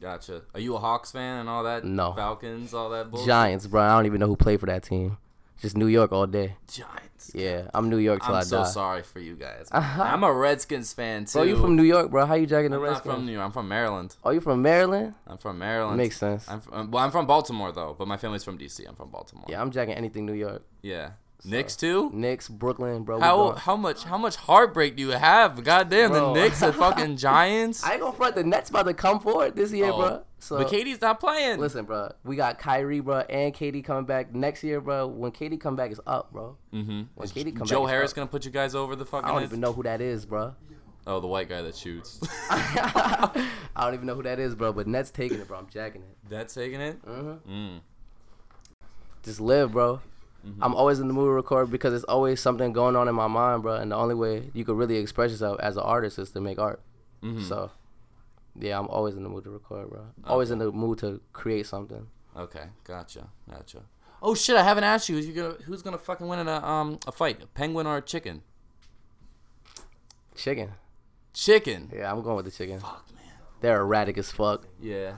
Gotcha. Are you a Hawks fan and all that?
No.
Falcons, all that bull.
Giants, bro. I don't even know who played for that team. Just New York all day.
Giants.
Yeah, I'm New York till
I'm
I
so
die. Uh-huh.
sorry for you guys. I'm a Redskins fan too.
Bro, you from New York, bro? How you jacking the
I'm not
Redskins?
from New York. I'm from Maryland.
oh, you from Maryland?
I'm from Maryland.
Makes sense.
I'm from, well, I'm from Baltimore though, but my family's from DC. I'm from Baltimore.
yeah, I'm jacking anything New York.
Yeah. Knicks too.
Knicks, Brooklyn, bro. we
How
going-
how much how much heartbreak do you have? Goddamn,
Bro.
the Knicks, the fucking Giants.
I ain't gonna front the Nets about to come forward this year,
Oh,
bro. So
but Katie's not playing.
listen, bro. We got Kyrie, bro, and Katie coming back next year, bro. When Katie come back, it's up, bro.
hmm
When Katie come
Joe
back,
Harris
it's up.
gonna put you guys over the fucking.
I don't
Nets?
even know who that is, bro.
Oh, the white guy that shoots.
I don't even know who that is, bro. But Nets taking it, bro. I'm jacking it.
That's taking it.
Mhm.
Mm.
Just live, bro.
Mm-hmm.
I'm always in the mood to record because it's always something going on in my mind, bro. And the only way you can really express yourself as an artist is to make art.
Mhm.
So, yeah, I'm always in the mood to record, bro. Always in the mood to create something.
Okay, gotcha, gotcha. Oh shit, I haven't asked you. Who's you gonna who's gonna fucking win in a um a fight? A penguin or a chicken?
Chicken.
Chicken.
Yeah, I'm going with the chicken.
Fuck man.
They're erratic as fuck.
Yeah.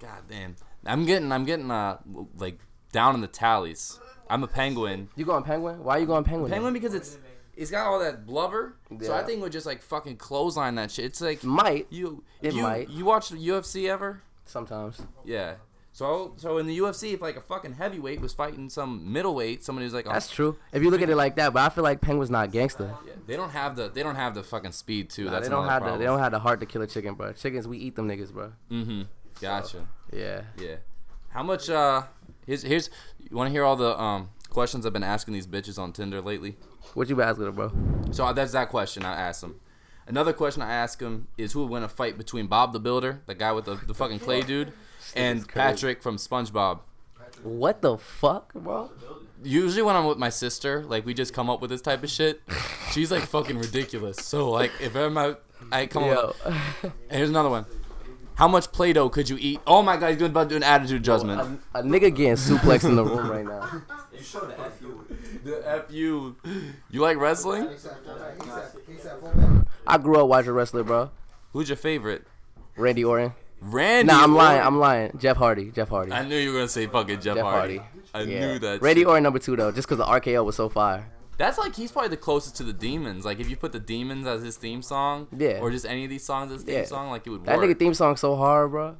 God damn. I'm getting I'm getting uh like down in the tallies. I'm a penguin.
You going penguin? Why you going penguin?
Penguin because it's it's got all that blubber. So I
Yeah.
think we're just like fucking clothesline that shit. It's like
Might
you
It
you
might.
you watch the UFC ever?
sometimes.
Yeah. So so in the UFC, if like a fucking heavyweight was fighting some middleweight, somebody who's like a
That's true. If you look at it like that, but I feel like penguin's not gangster.
Yeah, they don't have the they don't have the fucking speed too.
Nah,
That's
they don't have
another
the they don't have the heart to kill a chicken, bro. Chickens, we eat them niggas, bro.
problem. Mm-hmm. Gotcha.
Yeah.
Yeah. How much? Uh, here's here's. You want to hear all the um questions I've been asking these bitches on Tinder lately?
What you been asking, bro?
So uh, that's that question I asked them. Another question I ask them is who would win a fight between Bob the Builder, the guy with the, the fucking clay dude, and Patrick from SpongeBob.
What the fuck, bro?
Usually when I'm with my sister, like we just come up with this type of shit. She's like fucking ridiculous. So like if I'm out, I come
Yo.
up. Here's another one. How much Play-Doh could you eat? Oh my God, he's doing about to do an attitude judgment.
a, a nigga getting suplexed in the room right now.
You show the F you.
the F you. You like wrestling?
I grew up watching wrestling, bro.
Who's your favorite?
Randy Orton.
Randy.
Nah, I'm lying.
Orton.
I'm lying. Jeff Hardy. Jeff Hardy.
I knew you were gonna say fucking Jeff,
Jeff
Hardy.
Hardy.
I
Yeah.
knew that.
Randy
shit.
Orton number two though, just because the RKO was so fire.
That's like he's probably the closest to the demons. Like if you put the demons as his theme song,
Yeah.
or just any of these songs as theme
Yeah.
song, like it would
That
work.
nigga theme song so hard, bro.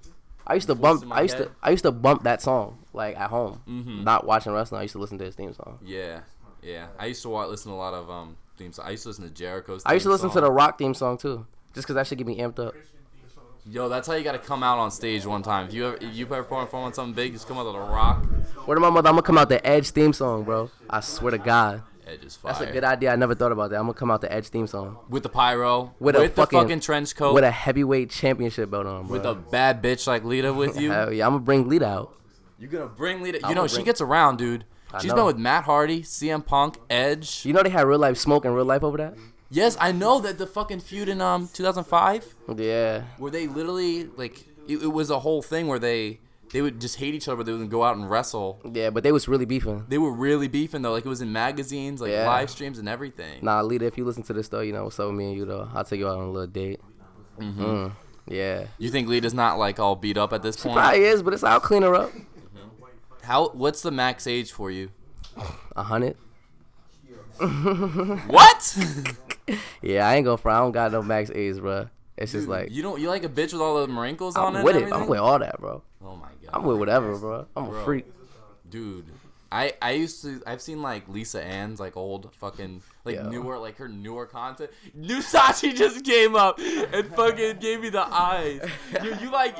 I used to
Voice in
bump.
my
I used
head.
to. I used to bump that song like at home,
Mhm.
not watching wrestling. I used to listen to his theme song.
yeah, yeah. I used to wa- listen to a lot of um theme songs. I used to listen to Jericho's.
I used to
theme
listen to
song.
the Rock theme song too, just because that should get me amped up.
Yo, that's how you gotta come out on stage one time. If you ever if you ever perform on something big, just come out with a rock.
Word to my mother, I'm gonna come out the Edge theme song, bro. I swear to God,
Edge is fire.
that's a good idea. I never thought about that. I'm gonna come out the Edge theme song
With the pyro,
With
with,
a
the
fucking-
fucking trench coat,
with
with
a heavyweight championship belt on, bro.
Oh. a bad bitch like Lita with you.
Hell yeah, I'm gonna bring lead out.
You're gonna bring Lita.
I'ma
You know she
bring-
gets around, dude. She's
know.
been with Matt Hardy, CM Punk, Edge.
You know they had real life smoke in real life over that.
Yes, I know that the fucking feud in um 2005
Yeah,
where they literally like it, it was a whole thing where they they would just hate each other, but they would go out and wrestle.
yeah, but they was really beefing.
They were really beefing though, like it was in magazines, like
Yeah.
live streams and everything.
Nah, Lita, if you listen to this though, you know what's up with me and you though. I'll take you out on a little date. Mm, yeah.
You think Lita's not like all beat up at this point?
Probably is, but it's I'll clean her up.
How? What's the max age for you?
A hundred.
What?
Yeah, I ain't gonna fry. I don't got no max A's, bro. It's just like
you don't. You like a bitch with all the wrinkles on it.
I'm
and
with it. I'm
everything?
with all that, bro.
Oh my god.
I'm with whatever, bro. I'm a
Bro.
freak.
Dude, I I used to I've seen like Lisa Ann's like old fucking like
Yeah.
newer like her newer content. New Sachi just came up and fucking gave me the eyes. You you like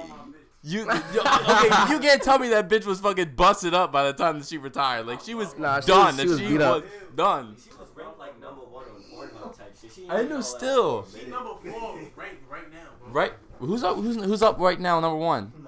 you, you okay? You can't tell me that bitch was fucking busted up by the time that she retired. Like she was
Nah, she
done.
was-
that
she was
she
beat up.
was done.
She was ranked like number one on Pornhub type shit. She ain't
I
even
know
all that
still.
shit.
She's number four ranked right now, bro.
Right? Who's up? Who's who's up right now? Number one.
Um,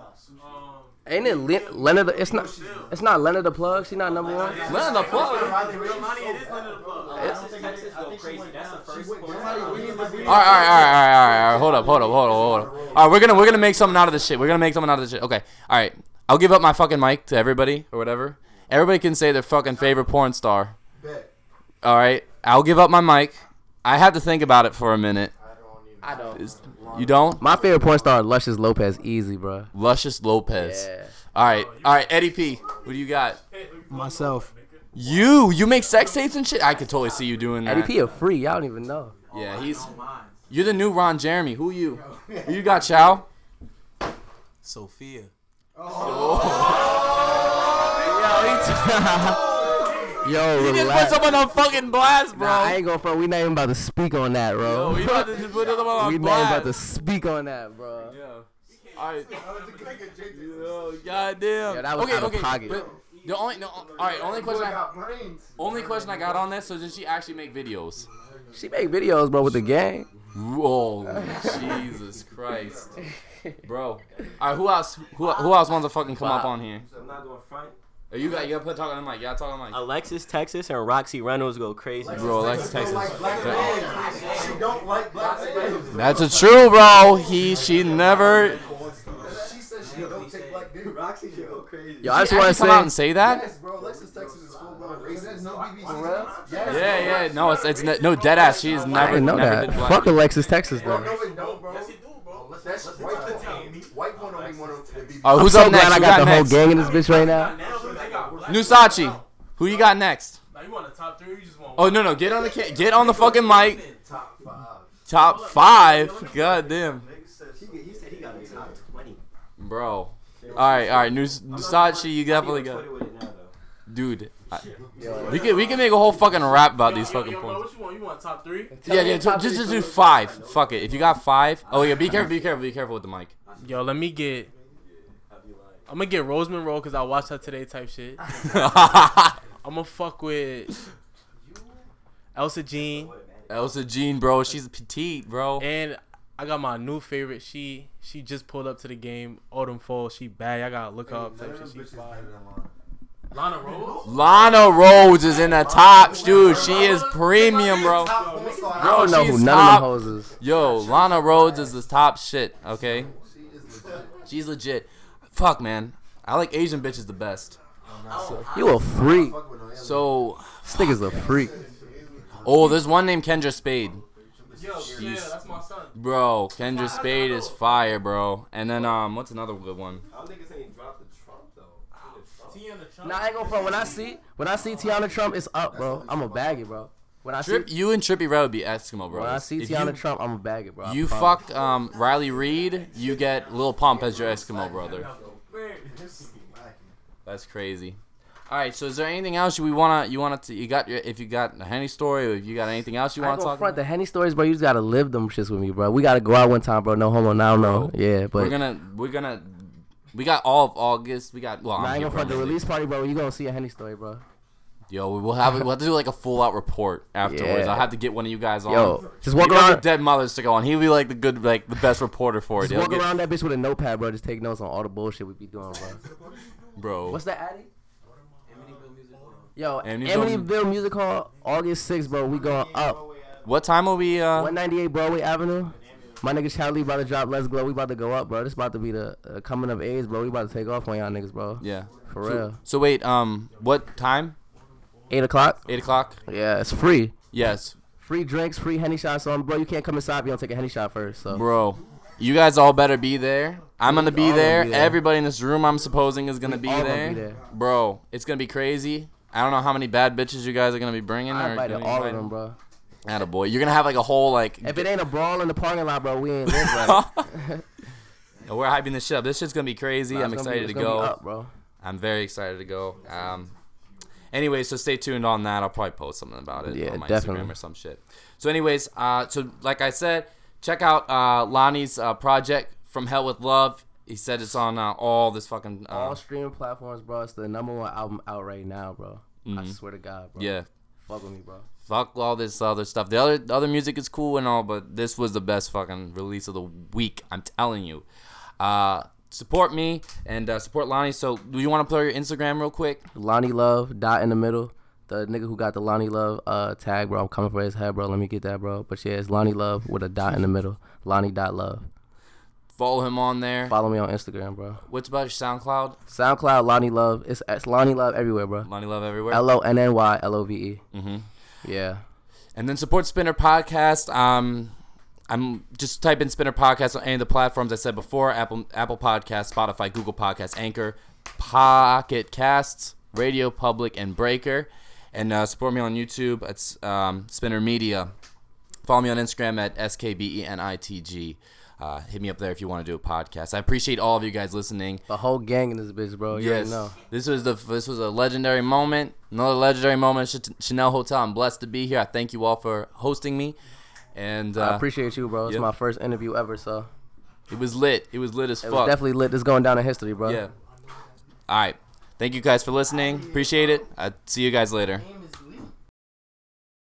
Ain't it Le- Leonard? the- It's not. It's not Leonard the plug. She not number one.
None of the plug.
real money, it is under the plug.
Texas, Texas go crazy. That's the first sport.
All right, all right, all right, all right, all right, all right. Hold up, hold up, hold up, hold up. All right, we're gonna we're gonna make something out of this shit. We're gonna make something out of this shit. Okay, all right. I'll give up my fucking mic to everybody or whatever. Everybody can say their fucking favorite porn star. All right, I'll give up my mic. I had to think about it for a minute.
I don't.
You don't?
My favorite porn star, Luscious Lopez, easy, bro.
Luscious Lopez.
Yeah.
All right, all right. Eddie P, what do you got?
Myself.
You you make sex tapes and shit. I could totally see you doing that.
Eddie P a freak. Y'all don't even know.
Yeah, he's. You're the new Ron Jeremy. Who you?
Oh,
Who you got, Chow?
Sophia.
Oh. Yo,
You just put
relax.
someone on fucking blast, bro.
Nah, I ain't gonna front. We not even about to speak on that,
Yo,
bro.
we about to just put another one on
we not
blast.
about to speak on that, bro.
Yeah. All right. Yo, goddamn.
Yo, that was
okay,
out of
okay.
pocket.
But the only, no, all right. Only question, I, only question I got on this. So did she actually make videos?
She make videos, bro, with the gang.
Oh, Jesus Christ, bro. All right, who else? Who, who else wants to fucking come up
Wow.
on here?
I'm not going front.
Are you got you gotta put talking on the mic. You gotta talk on the mic.
Alexis Texas and Roxy Reynolds go crazy.
Bro, Alexis Texas.
She don't like black men.
That's a true, bro. He, she never.
She says she don't take black dudes.
Roxy should go crazy.
Yo, I just
She
want to
actually
say,
come out and say that.
Yes, bro. Alexis Texas is full blown racist. No BBC.
Yeah, yeah, no, it's, it's ne- no dead ass. She's never,
I didn't know
never
that.
been black.
Fuck Alexis Texas though.
No, it don't, bro.
Yes, you do, bro.
That's white porn. White porn don't make one of the BBC.
Oh, who's
so
up
glad
next?
I
Who
got, the
next?
whole gang in this bitch right now.
Now who they got black.
Nusachi, who you got next?
Now you want the top three? or You just want
Oh no no, get on the ca- get on the fucking mic.
Top five.
Top five. God damn,
He said he got a top 20.
bro. All right all right, Nus- Nusachi, you definitely
Twitter
got
with it now, though.
dude. I- we can we can make a whole fucking rap about
Yo,
these
yo,
fucking
yo, bro,
points.
What you want? You want top three?
Yeah yeah, so just just do five. Fuck it. If you got five, oh yeah, be careful, be careful, be careful with the mic.
Yo, let me get. I'm gonna get Rose Monroe because I watched her today type shit. I'm gonna fuck with Elsa Jean
Elsa Jean, bro, she's petite, bro.
and I got my new favorite. She she just pulled up to the game. Autumn Fall. She bad. I gotta
Oh,
look her up. Type shit. She fly.
Lana Rose?
Lana Rhodes is in the top, dude. She is premium, bro.
Top one star.
I don't know
she's
who none
top.
of them hoes is.
Yo, Lana Rhodes is the top shit. Okay,
She is legit.
she's legit. Fuck, man. I like Asian bitches the best.
You a freak.
Fuck with no alien.
So,
This nigga's a freak.
oh, there's one named Kendra Spade.
Yo, yeah, that's my son.
Bro, Kendra Spade is fire, bro. And then um, what's another good one?
I don't think it's any drop the Trump
Ah,
though.
T and the Trump.
Nah, I ain't gonna front. When I see when I see Tiana Trump, it's up, bro. I'm gonna bag it, bro. When I see
Trip, you and Trippy Red would be Eskimo bros.
when I see
If
Tiana
you,
Trump, I'm gonna bag it, bro. I
you
promise.
fuck um Riley Reed, you get Lil Pump as your Eskimo brother. That's crazy. All right, so is there anything else you we wanna you wanna to, you got your if you got a Henny story or if you got anything else you
I ain't
wanna
gonna
talk
front
about?
the Henny stories, bro. You just gotta live them shits with me, bro. We gotta go out one time, bro. No homo, now no. Yeah, but
We're gonna we're gonna we got all of August. We got well.
Nah,
I'm
I ain't
here
gonna
for
front the
a minute.
release party, bro. You gonna see a Henny story, bro.
Yo, we'll have we'll have to do like a full out report afterwards.
Yeah.
I'll have to get one of you guys on.
Yo, just
Walk
walk around,
dead mothers to go on. He'd be like the good, like the best reporter for it.
just
He'll
walk
get-
around that bitch with a notepad, bro. Just take notes on all the bullshit we be doing, bro.
bro.
What's that, Addy? Yo,
Amityville-
Amityville Music Hall, August 6th, bro. We going up.
what time are we? Uh,
198 Broadway Avenue. My nigga Charlie about to drop Let's Glow. We about to go up, bro. This about to be the uh, coming of age, bro. We about to take off on y'all niggas, bro.
yeah.
For real.
So wait, um, what time?
8 o'clock?
Eight o'clock.
Yeah, it's free.
Yes,
Free drinks, free henny shots. So, um, bro, you can't come inside if you don't take a henny shot first. So,
bro. You guys all better be there. I'm gonna be
all gonna
there.
be there.
Everybody in this room, I'm supposing, is gonna be
all gonna
there.
be there.
Bro, it's gonna be crazy. I don't know how many bad bitches you guys are gonna be bringing.
I
or
invited
gonna
all
invite.
of them, bro.
Attaboy. You're gonna have like a whole like.
If it ain't a brawl in the parking lot, bro, we ain't live right.
And we're hyping this shit up. This shit's gonna be crazy. I'm
It's gonna
excited
be- it's
to
gonna be
go.
up, bro.
I'm very excited to go. Um, anyway, so stay tuned on that. I'll probably post something about it
Yeah,
on my
definitely.
Instagram or some shit. So, anyways, uh, so like I said, check out uh, Lonnie's uh, project from Hell with Love. He said it's on uh, all this fucking uh,
All streaming platforms, bro. It's the number one album out right now, bro. I
Mhm.
swear to God, bro.
yeah.
Fuck with me, bro.
Fuck all this other stuff. The other the other music is cool and all, but this was the best fucking release of the week. I'm telling you. Uh, support me and uh, support Lonnie. So, do you want to play your Instagram real quick?
Lonnie Love, dot in the middle. The nigga who got the Lonnie Love uh, tag, bro. I'm coming for his head, bro. Let me get that, bro. But yeah, it's Lonnie Love with a dot in the middle. Lonnie dot love.
Follow him on there.
Follow me on Instagram, bro.
What's about your SoundCloud?
SoundCloud, Lonnie Love. It's, it's Lonnie Love everywhere, bro.
Lonnie Love everywhere.
L O N N Y L O V E.
Mm-hmm.
Yeah.
And then support Spinner Podcast. Um, I'm just type in Spinner Podcast on any of the platforms I said before: Apple, Apple Podcasts, Spotify, Google Podcasts, Anchor, Pocket Casts, Radio Public, and Breaker. And uh, support me on YouTube at um, Spinner Media. Follow me on Instagram at E skbenitg. Uh, hit me up there if you want to do a podcast. I appreciate all of you guys listening.
The whole gang in this bitch, bro. You already
Yes.
know.
This was the this was a legendary moment. Another legendary moment at Ch- Chanel Hotel. I'm blessed to be here. I thank you all for hosting me. And
I
uh,
appreciate you, bro. It's
yeah.
my first interview ever, so
it was lit. It was lit as
it
fuck.
was definitely lit. This going down in history, bro.
yeah. All right. Thank you guys for listening. Appreciate it. I see you guys later.
Ain't